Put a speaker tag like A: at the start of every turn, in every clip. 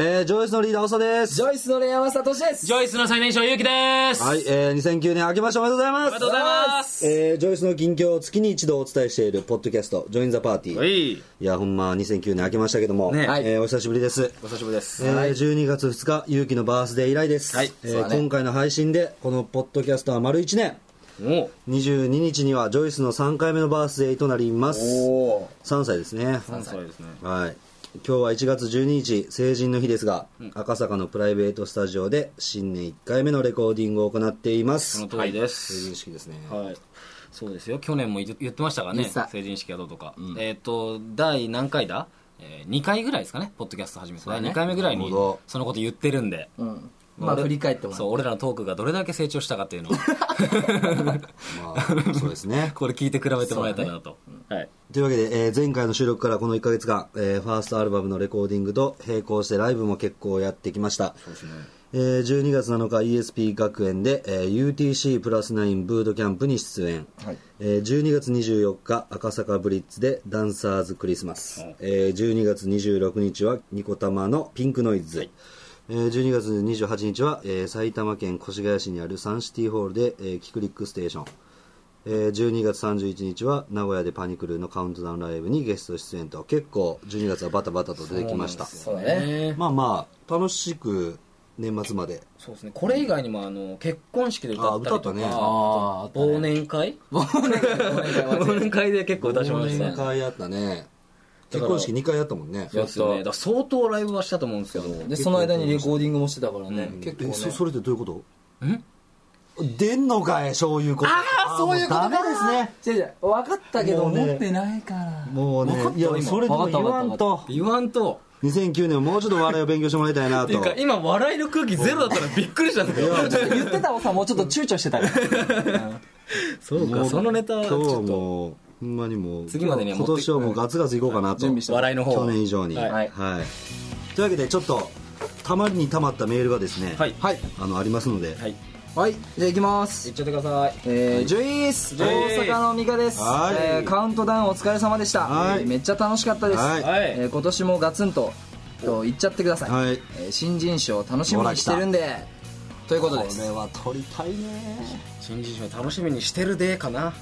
A: えー、ジョイスのリーダー、おさです。
B: ジョイスのレイヤーマスタートシです。
C: ジョイスの最年少ゆうきです。
A: はい、えー、2009年明けましておめでとうございます。
C: ありがとうございます。
A: えー、ジョイスの近況を月に一度お伝えしている、ポッドキャスト、ジョインザパーティー。
C: おい
A: いや、ほんま、2009年明けましたけども、
C: ね
B: はい
A: えーお久しぶりです。
B: お久しぶりです。
A: えー12月2日、ゆうきのバースデー以来です。
B: はい
A: えー
B: そうだね
A: 今回の配信で、このポッドキャストは丸1年。
C: お
A: 22日には、ジョイスの3回目のバースデーとなります。
B: おー
A: 3歳ですね。
C: 3歳ですね。
A: はい、今日は1月12日成人の日ですが、赤坂のプライベートスタジオで新年1回目のレコーディングを行っていま
C: そ
A: す
C: の通りで
A: 成
C: す。
A: 人式ですね、
C: はい。そうですよ。去年も言言ってましたからね
B: 言ってた。
C: 成人式はどうとか。えっと、第何回だえー、2回ぐらいですかね、ポッドキャスト始めて。
B: うだね
C: 2回目ぐらいに
A: なるほど、
C: そのこと言ってるんで。
B: うん。まあ、振り返ってもら
C: そう、俺らのトークがどれだけ成長したかって いうのを、
A: まあ、そうですね
C: これ聞いて比べてもらえたらなと。はい。
A: というわけで、えー前回の収録からこの1ヶ月間、えーファーストアルバムのレコーディングと並行してライブも結構やってきましたえー12月7日 ESP 学園で、えー UTC プラス9ブードキャンプに出演、
B: はい
A: えー12月24日赤坂ブリッツでダンサーズクリスマス、
C: はい
A: えー12月26日はニコタマのピンクノイズ、えー12月28日は、えー埼玉県越谷市にあるサンシティホールで、えーキクリックステーション、えー12月31日は名古屋でパニクルのカウントダウンライブにゲスト出演と結構12月はバタバタと出てきました
B: そうだね。
A: まあまあ楽しく年末まで
C: そうですね。これ以外にも、あの、結婚式で歌ったり
A: あ歌った
C: と
A: ね
C: か、
B: あーあったね
C: 忘年会
B: 忘年会
C: 忘年会で結構歌しましたね
A: 年。会やったね
C: だか
A: 結
C: ら
A: 婚式2回やったもんね
C: そうですよね。だから相当ライブはしたと思うんですけど。
B: で、その間にレコーディングもしてたからね。結構
A: え
B: ね。
A: そそれってどういうことん出んのかいそういうこと
B: ああ、そういうこと
A: もダメですね。
B: 違う違う。分かったけど、
A: もうね
B: 持ってないから。
A: もうね
B: 分かった
A: いや
B: 今
A: それでも言わん
B: 分かった
A: と
C: 言わんと。
A: 2009年ももうちょっと笑いを勉強してもらいたいな
C: ってい
A: と
C: うか、今、笑いの空気ゼロだったらびっくりしたんだけど。
B: 言ってたもんさ、もうちょっと躊躇してたから。
C: そうか、そのネタは
A: 今
C: ち
A: 日は
C: ょっと。
A: もうほんまにもう
C: 次までには持
A: 今
C: って
A: 年はもうガツガツいこうかなと
B: 準備して
C: 笑いの方を
A: 去年以上に
C: はい
A: はいというわけでちょっとたまりにたまったメールがですね
C: はい
B: はい。
A: あのありますので
C: はい。
B: はい。じゃあ行きます
C: 言っ。ちゃってください。
B: えー、ジュイース
C: ジュイース
B: 大阪のミカです、
A: はい
B: えーカウントダウンお疲れ様でした、
A: はい
B: えーめっちゃ楽しかったです、
A: はい
C: はい
B: えー今年もガツンとと言っちゃってください、
A: はい
B: えー新人賞楽しみにしてるんでということです
A: これは取りたいね
C: 新人賞楽しみにしてるでかな。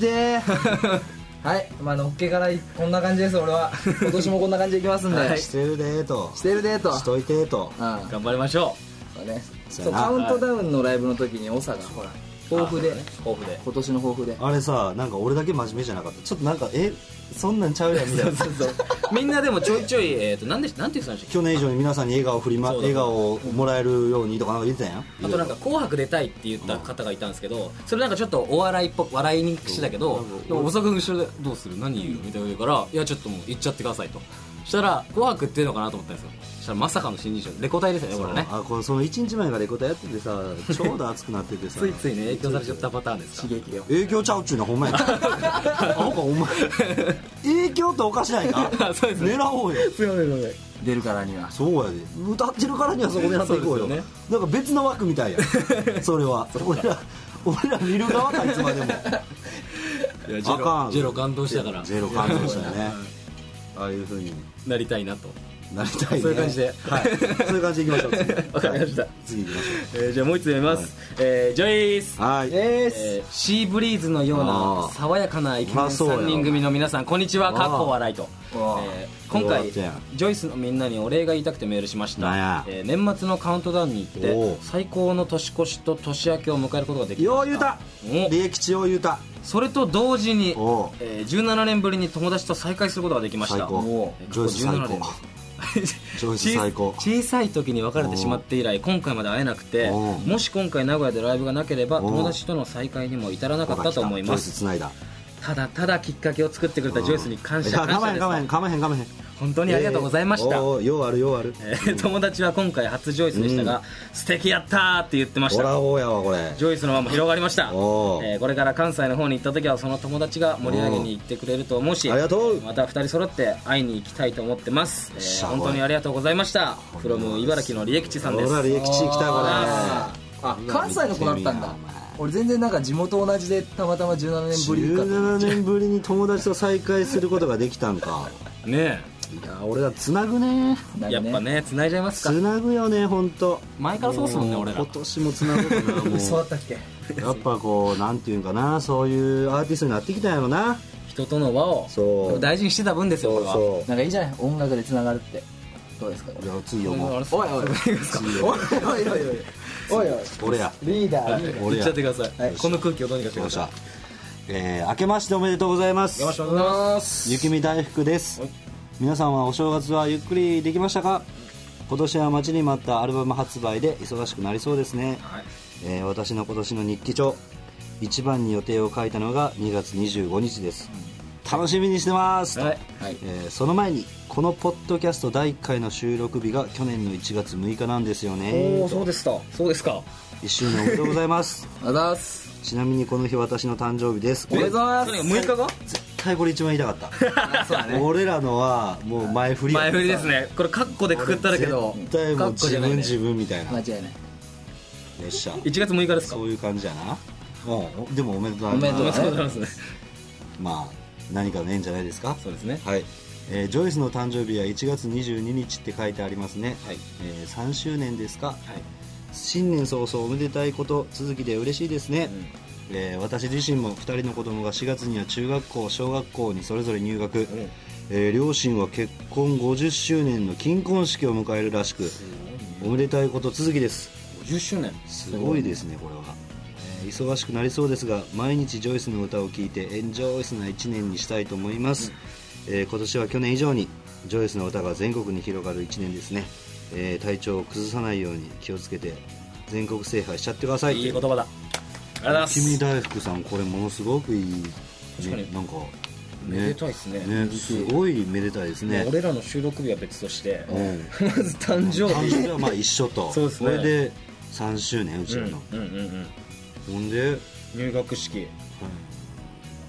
B: で はいまあのっけからいこんな感じです俺 は今年もこんな感じでいきますんで、
A: してるでーと
B: してるでと
A: しといてーと
B: あ
C: 頑張りましょ
B: あね
A: そう
B: そう
A: やな
B: カウントダウンのライブの時に長がほら
C: う。
B: 豊富で
C: あそうだね豊富で。
B: 今年の抱負で
A: あれさなんか俺だけ真面目じゃなかったちょっとなんかえそんなんちゃうやん みたいな
C: みんなでもちょいちょい、えっと、なんで、なんて言ってたんでしたっ
A: 去年以上に皆さんに笑顔振りま
C: そうだ
A: 笑顔をもらえるようにとかなんか言ってたやん
C: けあとなんか、紅白出たいって言った方がいたんですけど、それなんかちょっとお笑いっぽく、笑いにしてたけど、でも、おさくん後ろで、どうする何言うのみたいな言うから、いや、ちょっともう行っちゃってくださいと。したら、紅白っていうのかなと思ったんですよ。そしたら、まさかの新人賞。レコ大ですよね、これね。
A: あこのその1日前がレコーダーやっててさちょうど熱くなっててさ
C: ついついね影響されちゃったパターンですか
B: 刺激を
A: 影響ちゃうっちゅうのはほんま やなあほんかお前影響っておかしないか
C: あ そうですね
A: 狙おうよ
C: すいませんすいません
B: 出るからには
A: そうやで歌ってるからにはそこ狙っていこうよ
C: そうですよね
A: なんか別の枠みた いやそれは俺ら俺ら見る側かいつまでも
C: いやジ
A: あか
C: ェ
A: ん
C: ロジェロ感動したから
A: ゼロ感動したよねああいうふうに
C: なりたいなと、
A: なりたいね
C: そういう感じで
A: はいそういう感じでいきましょう次
C: わかりました
A: はい次いきまし
C: えーじゃあもう一つ読みます、えージョイス
A: ょうはい
B: で
C: えーシーブリーズのよう
A: あ
C: な
A: ー
C: 爽やかなイケメ
A: ま
C: ン
A: あそうやろ
C: 3人組の皆さんこんにちは
A: あー
C: かっこ笑いと、え
B: わあ
C: ー今回
A: よ
C: ジ
A: かったやん
C: ョイスのみんなにお礼が言いたくてメールしました
A: なんや
C: えー年末のカウントダウンに
A: お
C: 行っ
A: う
C: て最高の年越しと年明けを迎えることができました
A: よう言うた
C: お
A: 利益地よう言うた
C: それと同時に
A: おう、
C: えー17年ぶりに友達と再会することができました
A: 最高
C: おう
A: ジョイス最高
C: 過去17年
A: ジョイス最高
C: 小小さい時に別れてしまって以来今回まで会えなくて
A: おう
C: もし今回名古屋でライブがなければ
A: おう
C: 友達との再会にも至らなかったと思いま
A: ジョイス
C: す
A: つないだ
C: ただただきっかけを作ってくれたジョイスに感謝
A: か
C: 感
A: ま
C: 謝
A: へん
C: で
A: かまへん
C: す
A: かまへんかまへん
C: 本当にありがとうございました、
A: えーおうおうようあるようある
C: えー友達は今回初ジョイスでしたが、素敵やったーって言ってまし
A: ほら
C: た
A: おうやわこれ
C: ジョイスの輪も広がりました、え
A: おう
C: ーこれから関西の方に行った時はその友達が盛り上げに行ってくれると思うし
A: ありがとう
C: また2人揃って会いに行きたいと思ってます、えー
A: しゃ
C: 本当にありがとうございましたフロム茨城の利益地さんです
A: ほら利益地来たこ
C: あ
A: れ
B: あ関西の子だったんだ俺全然なんか地元同じでたまたま17年ぶりかと思っ
A: 17年ぶりに友達と再会することができたんか
C: ね
A: いや俺らつなぐね
B: なん
C: や
B: か
C: っ
B: ね
C: ぱね繋いじゃいますか
A: つなぐよね本当。
C: 前からそうっすもんね俺ら
A: 今年もつなぐか なも
B: 嘘だ
A: う
B: ったっけ
A: やっぱこうなんていうんかなそういうアーティストになってきたんやろな
C: 人との輪を
A: そう
C: 大事にしてた分ですよこ
A: そう
C: れは
A: そ
B: なんかいいじゃない音楽でつながるってどうですか
A: うじゃあ次読もう
B: おいおいおいおいおいおいおいおい
A: 俺や
B: リーダー リーダー
C: 言
A: 俺
C: っ
A: や
C: ちゃってください、
B: はい
C: この空気をどうにかしてく
A: よっ
C: だ
A: し
C: さ
A: ゃえー、明けましておめでとうございます
C: いよろしくお願いします
A: 雪見大福です皆さんはお正月はゆっくりできましたか今年は待ちに待ったアルバム発売で忙しくなりそうですね、
C: はい
A: えー私の今年の日記帳一番に予定を書いたのが2月25日です、楽しみにしてます、
C: はい
B: はい
A: えーその前にこのポッドキャスト第1回の収録日が去年の1月6日なんですよ
C: おお
A: ね
C: そうでしたそうですか
A: 1周年おめでとうございます
B: あざーす
A: ちなみにこの日私の誕生日です
B: おめでとうございます
C: それ6日が
A: 絶対これ一番言いた かった
B: あそうだね
A: 俺らのはもう前振りや
C: 前振りですねこれカッコでくくったらけど
A: 絶対もう自分自分みたいな、
B: 間
A: よ
B: 違いない
A: っしゃ
C: 1月6日ですか
A: そういう感じやなうんでもおめでとう
B: おめでと
C: あ
B: う
C: り
B: ご
C: がとうご
B: ざ
C: ざいますね
A: まあ何かの縁じゃないですか
C: そうですね
A: はい、えージョイスの誕生日は1月22日って書いてありますね、
C: はい
A: えー3周年ですか、
C: はい
A: 新年早々おめでたいこと続きで嬉しいですね、えー私自身も2人の子供が4月には中学校小学校にそれぞれ入学、えー両親は結婚50周年の金婚式を迎えるらしくおめでたいこと続きです
C: 50周年
A: すごいですねこれは、えー忙しくなりそうですが毎日ジョイスの歌を聴いてエンジョイスな1年にしたいと思います、えー今年は去年以上にジョイスの歌が全国に広がる1年ですね、えー体調を崩さないように気をつけて全国制覇しちゃってください
C: いい言葉だありがとうございます
A: 君大福さんこれものすごくいい、
C: 確か
A: ね
C: に、
A: なんか
C: めでたいっすね
A: ねすごいめでたいですね
C: 俺らの収録日は別として、
A: うん
C: まず誕生
A: 誕
C: 日
A: 生日はまあ一緒と
C: そうですね
A: これで3周年うち
C: う
A: ら
C: ん
A: の、
C: うんうんうん
A: ほんで、
C: 入学式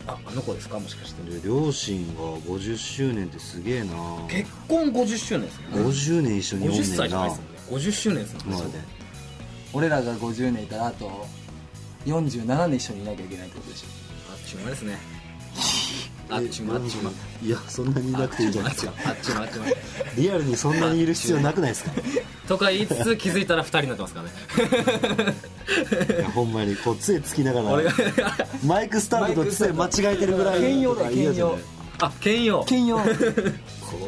C: ああの子ですかもしかして
A: で両親が50周年ってすげえな
C: 結婚50周年ですね
A: 50年一緒におん
C: 50
A: ね
C: 歳
A: ん
C: じゃな
A: ない
C: ですもんね50周年ですもんね
A: まあね
B: 俺らが50年いたらあと47年一緒にいなきゃいけないってことでし
C: あっちゅう間ですねあっちゅう間あっちゅう間
A: いやそんなにいなくていいじゃないです か
C: あっちゅう間あっちゅう間
A: リアルにそんなにいる必要なくないですか
C: とか言いつつ気づいたら2人になってますからね
A: いやほんまにこう杖つきなが
C: 俺が
A: らマイクスタンドと杖間違えてるぐらい
B: 兼用だよ
A: いやじゃない
B: 兼
C: あ兼用
B: ょ兼用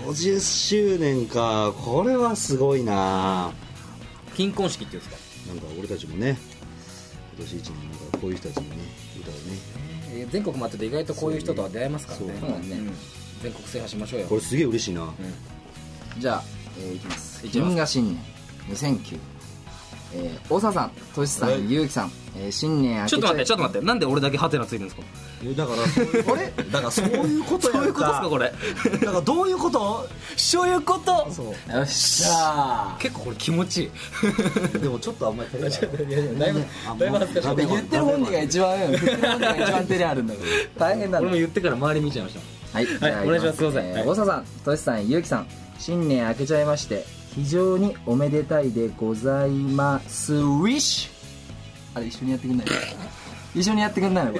A: 50周年かこれはすごいな
C: 金婚式っていうんですか
A: なんか俺たちもね今年一年なんかこういう人たちにね歌をね
C: えー全国回ってて意外とこういう人とは出会えますからね
A: そう
B: だね
C: ん全国制覇しましょうよ
A: これすげえ嬉しいな
B: じゃあ、えーいきます
C: いきます
B: 銀河新年無線級えー、長さん、としさ
A: はい
B: ん、ゆうきさん、えー、新年明け
C: ちょっと待ってちょっと待ってなんで俺だけハテナついてるんですか
A: えだからそういう
B: あれ
A: だからそういうことやん
C: そういうことですかこ れ
A: だからどういうこと
C: そういうこと
B: ってよっしゃ
C: 結構これ気持ちいい
A: でもちょっとあんまり照れない
B: ーいやいやだいぶ
A: あ
C: だいぶ恥ずかしい
A: もう
B: 言ってる本人が一 番言ってる本人が一番照れあるんだけど大変なん
C: 俺
B: だ
C: も言ってから周り見ちゃいました
B: はい、じゃあ
C: お願いしますすいません
B: え
C: は
B: ー
C: い
B: 長さん、としさん、ゆうきさん、新年明けちゃいまして、非常におめでたいでございます。ウィッシュあれ、一緒にやってくん ないの一緒にやってくんないのこ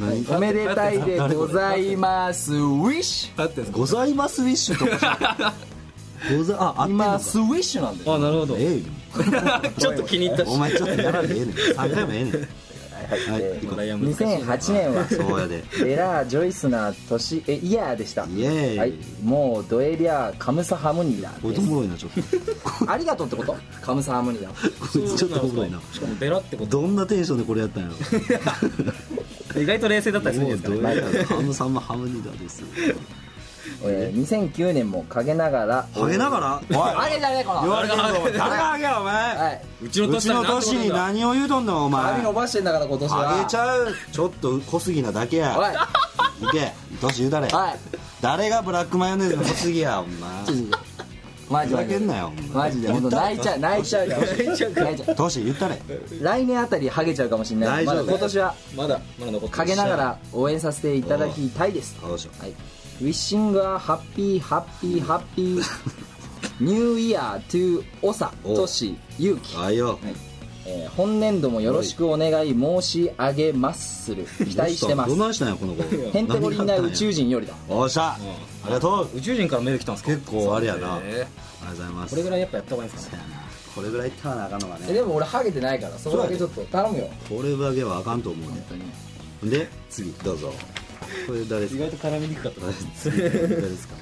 B: れ。はいおめでたいでございます。ウィッシ
C: 合ってんす
A: ございますウィッシュとかござああっ
B: ュ
A: てんの
B: 今、
A: か
B: スウィッシュなんだよ。
C: あなるほど
A: ええよ
C: ちょっと気に入ったし
A: お前ちょっとやらんでええね ん3回もええねんはい
B: えー
A: 行こう
C: いや難しいな
B: 2008年は、
A: そうやで
B: エラー・ジョイスな年、え、イヤーでした。
A: イエーイ
B: はい、もう、ドエリア・カムサ・ハムニダ
A: これ
B: で
A: お
B: す。
A: もろいなちょっと
B: ありがとうってことカムサ・ハムニダ。
A: こいつちょっとおもろいな
C: しかもベラってこと
A: どんなテンションでこれやったんやろ
C: 意外と冷静だったりするんで
A: もう
C: すか
A: ど
C: ね
A: うやらハムさんもハムニダです
B: えー2009年も陰ながら
A: ハゲながら
B: あれじゃねえこ
A: 言
B: の
A: われてんぞお前誰がハゲやお
B: は
A: 前
B: いう
C: ちの
A: う
C: 年
A: ちの年に何を言うとんねんお前
B: 髪伸ばしてんだから今年は
A: ハゲちゃうちょっと小杉なだけや
B: おい
A: いけ年言うだれ
B: はい
A: 誰がブラックマヨネーズの小杉やお前
B: マ
A: ふ
B: ジ
A: ざけ
B: で
A: んなよお前
B: マジで本当泣いちゃう泣いちゃうから泣いちゃう
A: 年言ったれ
B: 来年あたりハゲちゃうかもしれない
A: 大丈夫
B: まだ今年は
C: まだまだ残ってる
B: 陰ながら応援させていただきたいです
A: どうしよ
B: はいウィッシングはハッピーハッピーハッ ピーニューイヤー to オサ
A: お
B: トシユウキ
A: うあいよ
B: はいえー本年度もよろしくお願い申し上げまする期待してます
A: どないしたんやこの子
B: へんてこりんな宇宙
A: 人
B: 人よりだ
A: おっしゃ、ありがとう
C: 宇宙人からメール来たんですか
A: 結構あれやな
C: そうね
A: ありがとうございます
C: これぐらいやっぱやった方がいいんですかね
A: これぐらいいったらあかんのが
B: え
A: ね
B: でも俺ハゲてないからそこだけちょっと頼むよ
A: これだけはあかんと思うね
B: 本当に
A: で次どうぞこれ誰です
C: と
A: か
C: 絡みにくかった
A: 次誰です か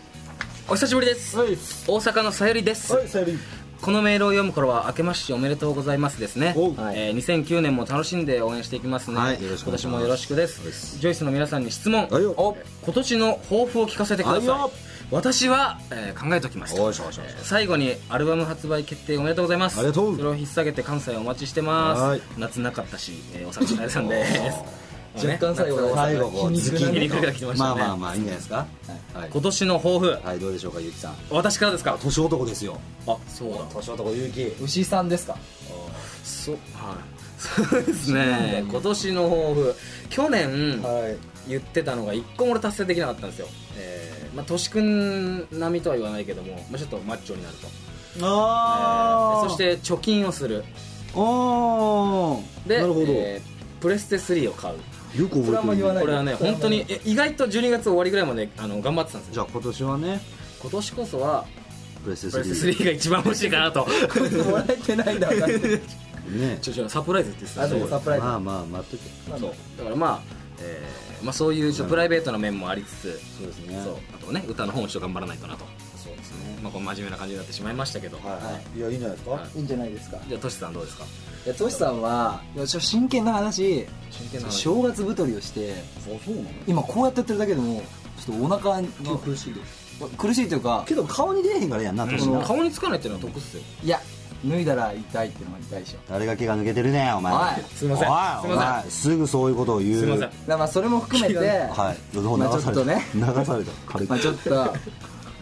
C: お久しぶりです大阪のさゆりです
A: いさゆり
C: このメールを読む頃は明けましておめでとうございますですね、
A: おう
B: はい
C: えー2009年も楽しんで応援していきますね、
A: はいよろしくお願いし
C: 今年
A: ます
C: もよろしくです
A: です
C: ジョイスの皆さんに質問
A: はいよ
C: お今年の抱負を聞かせてくだ
A: はい
C: さい
A: よ
C: 私は、えー考えておきます
A: おいしょおいしょおいしょ
C: 最後にアルバム発売決定おめでとうございます
A: ありがとう
C: それを引っ提げて関西お待ちしてます
A: はい
C: 夏なかったし、えー、お酒大さんです
B: ー若干最後
C: ね
A: 最後こう
B: 皮肉
A: ズ
B: な
A: キ
C: 皮
A: ン
C: 肉が来てましたね
A: まあまあまあいいんじゃないですかはい
C: 今年の抱負、
A: はいどうでしょうかゆきさん
C: 私からですか
A: 年男ですよ
C: あそうだ
A: 年男ゆき
B: 牛さんですか
C: そうはいそうですね今年の抱負去年
A: はい
C: 言ってたのが一個も俺達成できなかったんですよえーまあ年くん並みとは言わないけども、まあ、ちょっとマッチョになると、え
A: あ
C: ー
A: あ
C: そして貯金をする
A: ああ
C: で
A: なるほど
C: えープレステ3を買う
A: よく覚えてるね
B: それはあんま言わない
C: これはね
B: それは
C: 本当にえ意外と12月終わりぐらいまであの頑張ってたんですよ
A: じゃあ今年はね
C: 今年こそは
A: プレス
C: プ
A: テ
C: レス
A: 3
C: テ3が一番欲しいかなと
B: 笑えてないんだわかんない
A: ね
C: ちょちょサプライズって言ってた
B: あ
C: んで
B: そう
C: す
B: サプライズ
A: まあまあ待っとけ
C: そうだからまあ、えーまあ、そういうちょっとプライベートな面もありつつ
A: そうですね
C: そうあとね歌の本をちょっと頑張らないとなと、
A: そうですね
C: まあ、こう真面目な感じになってしまいましたけど、
A: はいいやいいんじゃないです
C: はい
A: か
B: いいんじゃないですか
C: じゃあトシさんどうですか
B: いやトシさんはいやちょ真剣な話
C: 真剣
B: 正月太りをして
A: そうなの
B: 今こうやってやってるだけでもちょっとお腹が
A: 苦しいで
B: 苦しいというか
A: けど顔に出えへんからやんな年
B: う
A: の
B: ん
C: 顔につかないっていうのは得っすよ
B: いや脱いだら痛いってのが痛いでしょ
A: 誰が毛が抜けてるねんお前
B: おい
C: すいません
A: おい
C: すいま
A: おいすぐそういうことを言う
C: すいません
B: だからまあそれも含めて
A: はいどう流
B: まあち
A: さ
B: ょっ
A: れ
B: と
A: た、
B: ね
A: 流された軽く
B: まあちょっと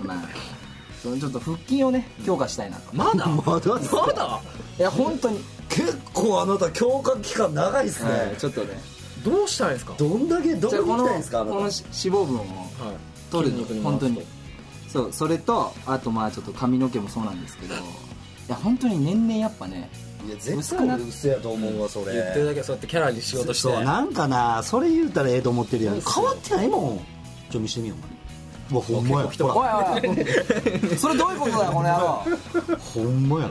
B: まあそのちょっと腹筋をね強化したいなと
C: ま だま
A: まだ
C: だ
B: いや本当に、
A: 結構あなた強化期間長いっす
B: はい、ちょっとね
C: どうしたらいいんですか
A: どんだけど
B: じゃあこ
A: こ
B: の
A: に
B: この脂肪分を
C: はい
B: 取る
C: 筋肉に回
B: 本
C: すと
B: 当にそうそれとあとまあちょっと髪の毛もそうなんですけどいや本当に年々やっぱね
A: いや
B: 絶対俺
A: 嘘やと思うわそ
C: 言ってるだけそうやってキャラにしようとして
A: そうなんかなそれ言うたらええと思ってるやん変わってないもんちょ見してみようお前うわほんまや
B: おい
A: ほら
B: おいおい それどういうことだよこの野郎
A: ほんまや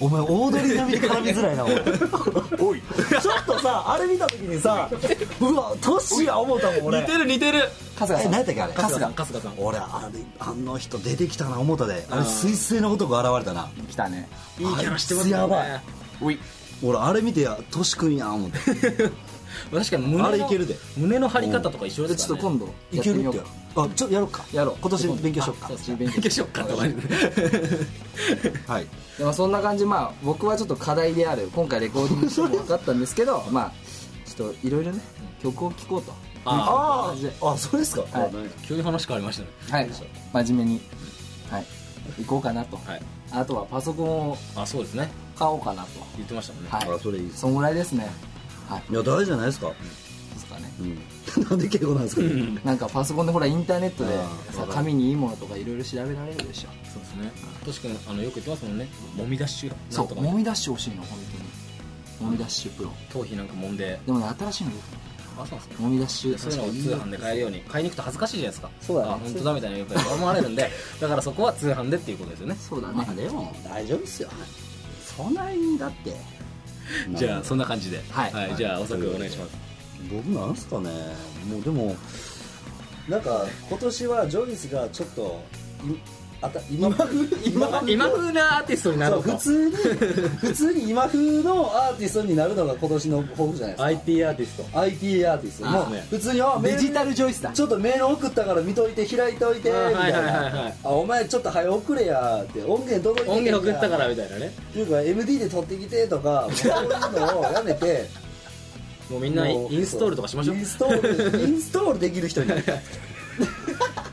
A: お前オードリー並みに絡みづらいなおいおいちょっとさあれ見た時にさうわトシや思ったもん俺
C: 似てる似てる
B: 春日
A: え
B: さん
A: 何やったっけあれ
C: さ
B: 春日
C: ん春日さん
A: 俺あれあの人出てきたな思ったであれ彗星の男現れたな
B: 来たね
C: いいキャラしてます
A: あいつやばい
B: おい
A: 俺あれ見てやトシ君や思って
C: 確かに胸の
A: あれいけるで
C: 胸の張り方とか一緒
B: ちょ
C: で
B: っ
C: す
B: と
C: から、ね、
B: 今度
A: いけるってや
B: やてみよ
A: ろあちょやろうか
B: やろう
A: 今年勉強しよっか
B: うそう勉
C: 勉強しよっかとか言って
A: はい
B: でもそんな感じまあ僕はちょっと課題である今回レコーディングしても分かったんですけど まあちょっといろいろね曲を聴こうと
C: あ
A: あーあそれですか
B: はい
A: あなんや
C: あ急に話変わりましたね
B: はい真面目にはい行こうかなと
C: はい
B: あとはパソコンを
C: あそうですね
B: 買おうかなと
C: 言ってましたもんね、
B: はい
A: あそれいいです
B: そんぐらいですねはい
A: いや大事じゃないですか
B: ですかね
A: うんなん で敬語なんですかね
B: なんかパソコンでほらインターネットで
A: あー
B: さ
A: わかる
B: 紙にいいものとかいろいろ調べられるでしょ
C: そうですねとしくんあのよく言ってますもんねもみ出し中
B: そ
C: なん
B: う
C: とか
B: もみ出してほしいの本当にもみ出しプロ
C: 頭皮なんかもんで
B: でもね新しいのよ
C: あそうなんです
B: もみ出し
C: かそういうのを通販で買えるように買いに行くと恥ずかしいじゃないですか
B: そうだね
C: あ本当だみたいなよく思われる んでだからそこは通販でっていうことですよね
B: そうだね
A: まあでも大丈夫っすよそないにだって
C: じゃあそんな感じでは
B: はい
C: じゃあおさくんお願いします
A: 僕なんすかねもうでもなんか今年はジョイスがちょっといあた今風今風
C: 今風なアーティストにな
A: そ
C: ろ
A: う
C: うと
A: 普通に 普通に今風のアーティストになるのが今年の抱負じゃないですか
C: IT アーティスト
A: IT アーティスト
C: あ
A: も
C: そううね
A: 普通にあメー
B: デ
A: ル
B: ジタルジョイスだ
A: ちょっとメール送ったから見といて開いといてみ
C: あ
A: た
C: は
A: い
C: いはいはいは
A: ないあお前ちょっと早送れやって音源届いて
C: 音源送ったから
A: っ
C: みたいなね
A: ていうか MD で撮ってきて とかもうそういうのをやめて
C: もうみんなイ
A: もう
C: ンストールとかしましょう
A: インストールインストールできる人になりたい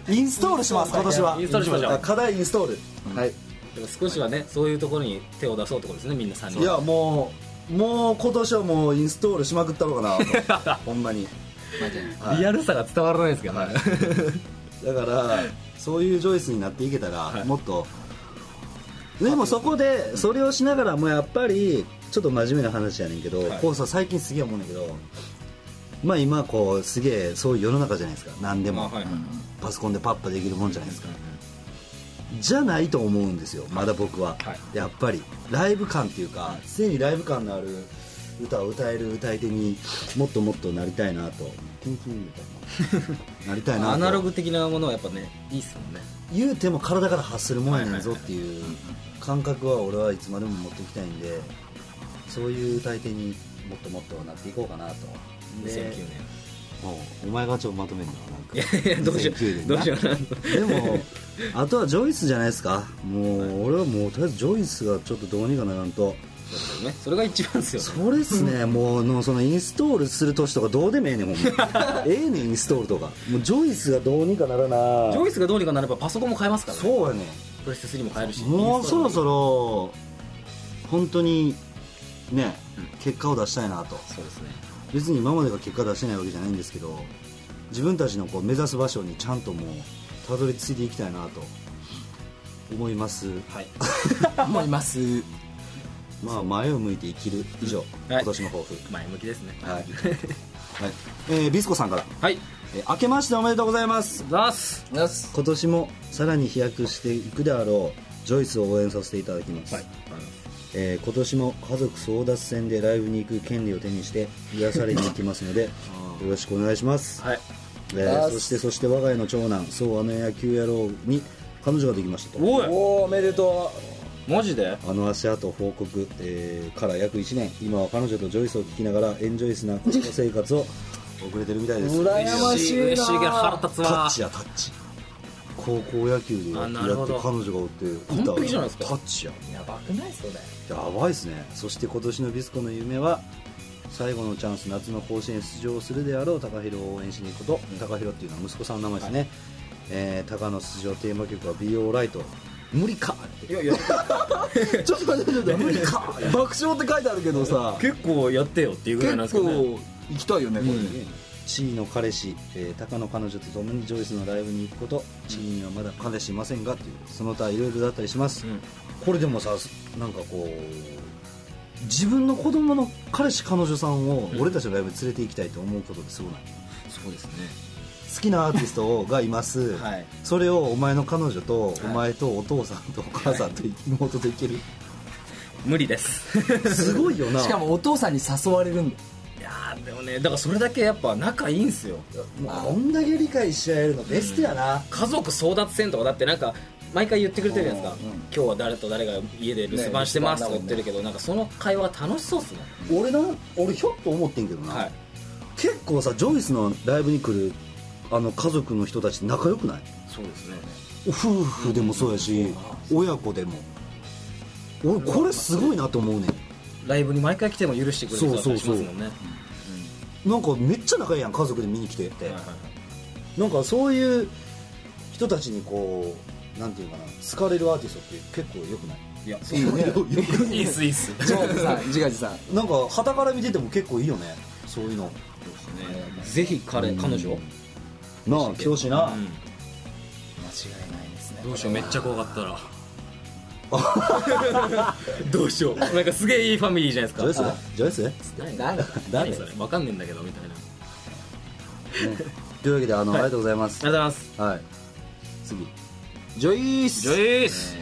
A: インストールします今年は
C: インストールしましょう
A: 課題インストール、はい
C: でも少しはねそういうところに手を出そうってことですねみんな3人
A: い やもうもう今年はもうインストールしまくったのか なとほんまに
B: まあじゃあ
A: はい
C: リアルさが伝わらないですけどね
A: だからそういうジョイスになっていけたら、もっとでもそこでそれをしながらもやっぱりちょっと真面目な話やねんけど、
C: はい
A: こうさ最近すげえ思うねんだけどまあ今こうすげえそういう世の中じゃないですか何で
C: ま
A: も、
C: あはいはい
A: パソコンでパッパできるもんじゃないですか、じゃないと思うんですよまだ僕は、
C: はい
A: やっぱりライブ感っていうか常にライブ感のある歌を歌える歌い手にもっともっとなりたいなと キンキンみたいななりたいなと
C: アナログ的なものはやっぱねいいっすもんね
A: 言うても体から発するもんやねんぞっていう感覚は俺はいつまでも持っていきたいんでそういう歌い手にもっともっとなっていこうかなと
C: 2009
A: おお前がちょっとまとめるのなんか
C: 年いやいや どうしよ
A: 2009
C: うどうしような
A: でもあとはジョイスじゃないですかもう俺はもうとりあえずジョイスがちょっとどうにかならんと
C: ねそれが一番っすよね
A: それです ねもうのそのインストールする年とかどうでもええねんほんまええねんインストールとかもうジョイスがどうにかならな
C: ジョイスがどうにかなればパソコンも買えますからね
A: そうやねん
C: プレステ3も買えるし
A: もうそろ
C: ろ
A: そろ本当にね結果を出したいなと
C: そうですね
A: 別に今までが結果出してないわけじゃないんですけど自分たちのこう目指す場所にちゃんともうたどり着いていきたいなと思います
C: はい
B: 思います
A: まあ前を向いて生きる以上、今年の抱負
C: 前向きですね
A: はい、はいえービスコさんから、
C: はい
A: えー明けましておめでとうございます
C: ざっす
B: よし
A: 今年もさらに飛躍していくであろうジョイスを応援させていただきます、えー今年も家族争奪戦でライブに行く権利を手にして癒されに行きます のでよろしくお願いします、
C: はい
A: えーそしてそして我が家の長男そうあの野球野郎に彼女ができましたと
C: おい
B: おおめでと
C: マジで
A: あの足跡報告、えーから約1年今は彼女とジョイスを聞きながらエンジョイスな高校生活を送れてるみたいです
B: う羨ましいな
C: 嬉しいが腹立つ
A: タ
C: わ
A: ッチやタッチ高校野球でや
C: あ
A: って
C: なるほど
A: 彼女がおって
C: 完璧じゃないですか
A: タッチや
B: うやばくないそれ
A: やばいですねそして今年のビスコの夢は最後のチャンス夏の甲子園出場するであろう高 a を応援しに行くこと、高 a っていうのは息子さんの名前ですね、えー、高の出場テーマ曲は「b o ライト無理か
C: い やいや
B: ちょっと待ってちょっと待って爆笑って書いてあるけどさ
C: 結構やってよっていうぐらいなんで
B: 結
C: すけどね
B: 構行きたいよねこれね
A: 地位の彼氏、えー、高の彼女と共にジョイスのライブに行くこと地位にはまだ彼氏いませんがっていうその他いろいろだったりします、
C: うん
A: これでもさなんかこう自分の子供の彼氏彼女さんを俺たちのライブに連れて行きたいと思うことってすごない、好
C: そうですね
A: きなアーティストがいます、
C: はい
A: それをお前の彼女と、お前とお父さんとお母さんと妹と行 ける、
C: 無理です
A: すごいよな
B: しかもお父さんに誘われるんだ
C: いやーでもねだからそれだけやっぱ仲いいんすよ
A: もうこんだけ理解し合えるのベストやな、
C: 家族争奪戦とかだってなんか毎回言ってくれてるじゃないですか、今日は誰と誰が家で留守番してますとか言ってるけど、なんかその会話楽しそうっすね、
A: 俺な俺ひょっと思ってんけどな、
C: はい
A: 結構さジョイスのライブに来るあの家族の人たち仲良くない
C: そうですね
A: 夫婦でもそうやし親子でも俺これすごいなと思うね
C: ライブに毎回来ても許してくれる人だったりし
A: そう
C: ま
A: そ
C: す
A: うそう
C: もんね
A: んなんかめっちゃ仲いいやん家族で見に来てって、
C: はいはいはい
A: なんかそういう人たちにこうなんていうかな好かれるアーティストって結構よくない
C: いやそ
B: いいね
A: よよく
C: いいっすいいっす
B: 自 画自賛自画自賛
A: なんか傍から見てても結構いいよねそういうの
C: ぜひ彼彼女を
A: なあ教師な、
B: 間違いないですね
C: どうしようめっちゃ怖かったら どうしようなんかすげえいいファミリーじゃないで
A: ジョイ
C: す
A: ス
C: か
A: ジョイス
C: 何
B: なんだ
C: 何それわかんねえんだけどみたいなあ
A: というわけであの、ありがとうございます
C: りがとうございます
A: はい次
B: ジョイース
C: ジョイス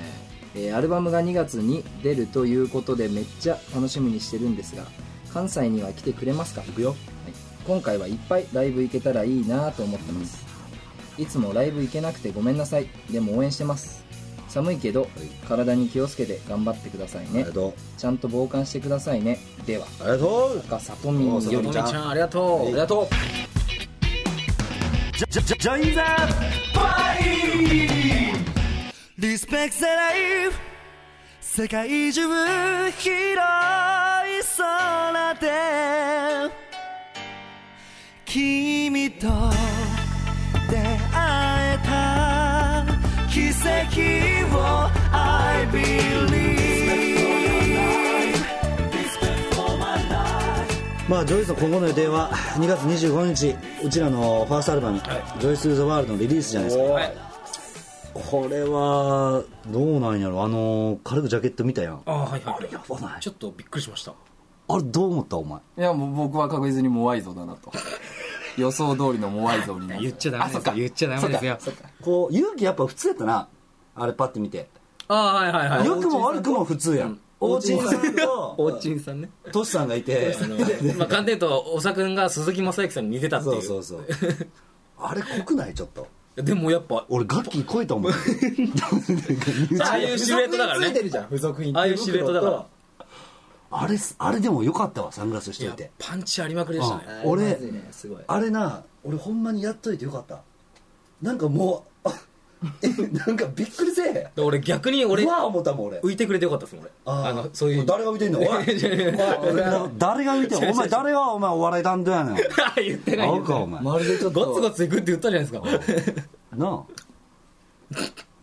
B: えーアルバムが2月に出るということでめっちゃ楽しみにしてるんですが関西には来てくれますか
A: いくよ
B: はい今回はいっぱいライブ行けたらいいなと思ってます、いつもライブ行けなくてごめんなさいでも応援してます寒いけど体に気をつけて頑張ってください
A: あり
B: ね
A: がとう
B: ちゃんと防寒してくださいねでは
A: ありがとう
B: 赤里見より
A: ジョイ
C: よ
A: ス
C: みちゃんありがとうありがとう
A: ジョジョジョインザ
D: リスペクトライフ世界中広い空で君と出会えた奇跡を I believe
A: まあジョイスの今後の予定は2月25日うちらのファーストアルバム「ジョイス・ザ・ワールド」のリリースじゃないですか
C: はい
A: これはどうなんやろあの軽くジャケット見たやん
C: あはいはい
A: やばない
C: ちょっとびっくりしました
A: あれどう思ったお前
B: いやもう僕は確実にモワイ像だなと予想通りのモワイ像になる
C: 言っちゃダメですよ
B: あそっか
C: 言っちゃダメですよ
B: そっかそっか
A: こう勇気やっぱ普通やったなあれパッて見て
C: あはいはいはい
A: 良くも悪くも普通やん大地さん
C: お
A: と
C: ちんさんね
A: トシさんがいて
C: あのまあ、簡単に言うと、おさくんが鈴木雅之さんに似てたっていう。
A: そうそうそうあれ濃くないちょっと
C: でもやっぱ、
A: 俺ガッキー超えたもん
C: ああいうシルエットだから
B: 付いて
C: ね。
B: るじゃん付属品
C: ああいうシルエットだから。
A: あれあれでもよかったわサングラスし
C: い
A: とい
C: や
A: て、
C: パンチありまくりでしたね。
A: うん俺、
B: まずいねすごい
A: あれな俺ほんまにやっといてよかったなんかもうあ えなんかびっくりせえへん
C: で俺逆に俺
A: う、わ思ったもん俺
C: 浮いてくれてよかったですもん、俺。
A: ー
C: あの、そういう。
A: 誰が見てん のおいおい誰が見てんのお前誰がお前お笑い担当やねん
C: 言ってない
A: 合
C: よ
A: う。かお前な
B: まるでちょっと
C: ゴツゴツいくって言ったじゃないですか。
A: あ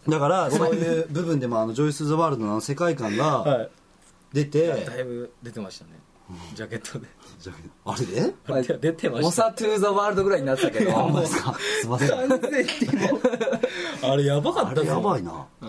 A: だ からそういう部分でもあのジョイス・ザ・ワールドのあの世界観が出て、
C: だいぶ出てましたね。ジャケット で。
A: じゃああれで
B: まあ
C: 出て出てま
B: オ
C: した。
B: サトゥーザワールドぐらいになってたけど
A: あんまですかすいません
C: あれやばか
A: あ
C: った
A: れやば
C: い。
A: いな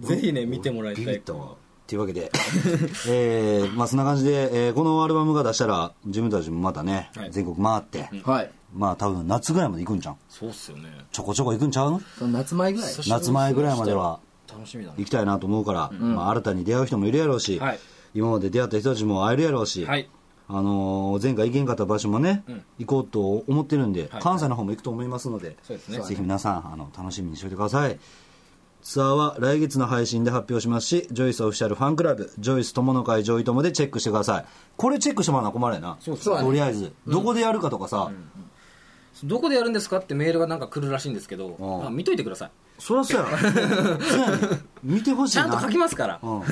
C: ぜひね、見てもらいたい。
A: ビビったわというわけで、 えーまあ、そんな感じで、えーこのアルバムが出したら自分たちもまたね、
C: はい
A: 全国回って、
B: はい
A: まあ多分夏ぐらいまで行くんちゃう
C: そうっすよね。
A: ちょこちょこ行くんちゃう
B: その夏前ぐらい
A: 夏前ぐらいまでは
C: 楽しみだね
A: 行。きたいなと思うから、まあ、新たに出会う人もいるやろうし、
C: はい
A: 今まで出会った人たちも会えるやろうし、
C: はい
A: あのー前回行けんかった場所もね、行こうと思ってるんで、
C: はい
A: 関西の方も行くと思いますので
C: そうですね
A: ぜひ皆さんあの楽しみにしておいてくださいツアーは来月の配信で発表しますしジョイスオフィシャルファンクラブジョイス友の会ジョイ友でチェックしてくださいこれチェックしてもらうのは困るよな
C: そうそう
A: とりあえず、どこでやるかとかさ、
C: どこでやるんですかってメールがなんか来るらしいんですけど、
A: うん
C: あ見といてください。
A: そりゃそう やろそうやね見てほしい
C: ち
A: な
C: ゃんと書きますから。
A: うん、お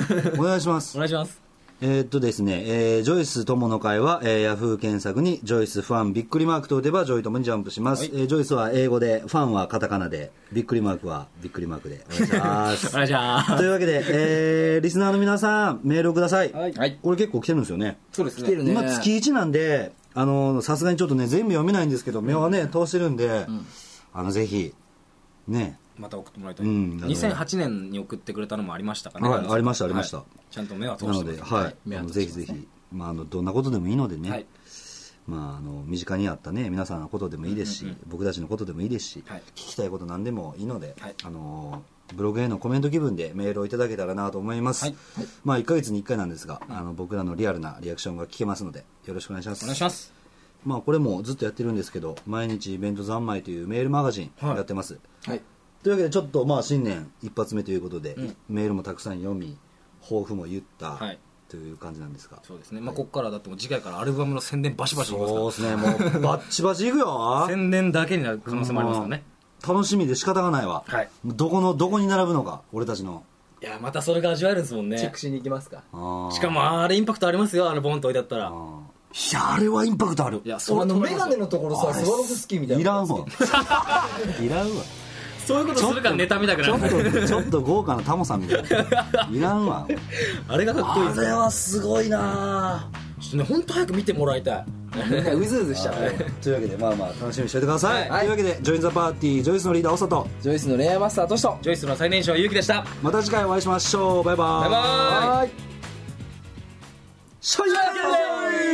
A: 願いします
C: お願いします。
A: えーっとですね、えージョイス友の会は、えー、ヤフー検索にジョイスファンびっくりマークと打てばジョイ友にジャンプします、えージョイスは英語でファンはカタカナでびっくりマークはびっくりマークでお願いします
C: お願いします。
A: というわけで、えーリスナーの皆さんメールをください、
B: いはい
A: これ結構来てるんですよね
B: そうですね来てるね
A: 今月1なんであのさすがにちょっとね全部読めないんですけど目はね、通してるんで、あのぜひね
C: また送ってもらいたい、
A: うん
C: 2008年に送ってくれたのもありましたかね、
A: はいありましたありました
C: はいちゃんと目は通
A: な
C: し
A: の
C: て
A: で、
C: ます
A: はい、
B: 目
A: あ
B: 安
A: の
B: と
A: ぜ
B: し
A: ひ
B: て
A: ぜひ、まあ、あのどんなことでもいいのでね、
C: はい
A: まあ、あの身近にあった、ね、皆さんのことでもいいですし、僕たちのことでもいいですし、
C: はい
A: 聞きたいことなんでもいいので、
C: はい
A: あのブログへのコメント気分でメールをいただけたらなと思います、
C: はい
A: まあ、1か月に1回なんですが、あの僕らのリアルなリアクションが聞けますのでよろしくお願いします
C: お願いします
A: まあ、これもずっとやってるんですけど毎日イベント三昧というメールマガジン
C: はい
A: やってます、
B: はい
A: というわけでちょっとまあ新年一発目ということで、メールもたくさん読み抱負も言った
C: はい
A: という感じなんですが、
C: そうですね、まあ、ここからだってもう次回からアルバムの宣伝バシバシいきますか
A: そうですねもうバッチバチいく よ
C: ら宣伝だけになる可能性もありますからね、
A: 楽しみで仕方がないわ、
C: はい
A: どこのどこに並ぶのか俺たちの
C: いやまたそれが味わえるんですもん
B: チェッ
C: ね
B: クしに行きますか
A: あー
C: しかもあれインパクトありますよあのボンと置いてあったら
A: あーいやあれはインパクトある
C: いやそ
B: 俺
C: れ
B: のメガネのところさ
A: あれ
B: スワロフスキーみたいない
A: らんわいらんわ
C: そういうことするからネタ見たく
A: ちょ
C: な
A: っ
C: る
A: とちょっと豪華なタモさんみたいないらんわ
C: あれがかっこいい
A: あ
C: です
A: れ
C: ね
A: はすごいな
C: ちょっとね本当早く見てもらいたい
B: みんなうずうずしちゃうね
A: というわけでまあまあ楽しみにしておいてください、
B: はい
A: というわけでジョイン・ザ・パーティージョイスのリーダーおさと
B: ジョイスの恋愛マスターとしと
C: ジョイスの最年少ゆうきでした
A: また次回お会いしましょうバイバーイ
C: バイバーイ
B: はーい
A: シャ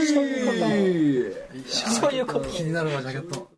A: イ
B: そういうこと
D: 気になるわジャケット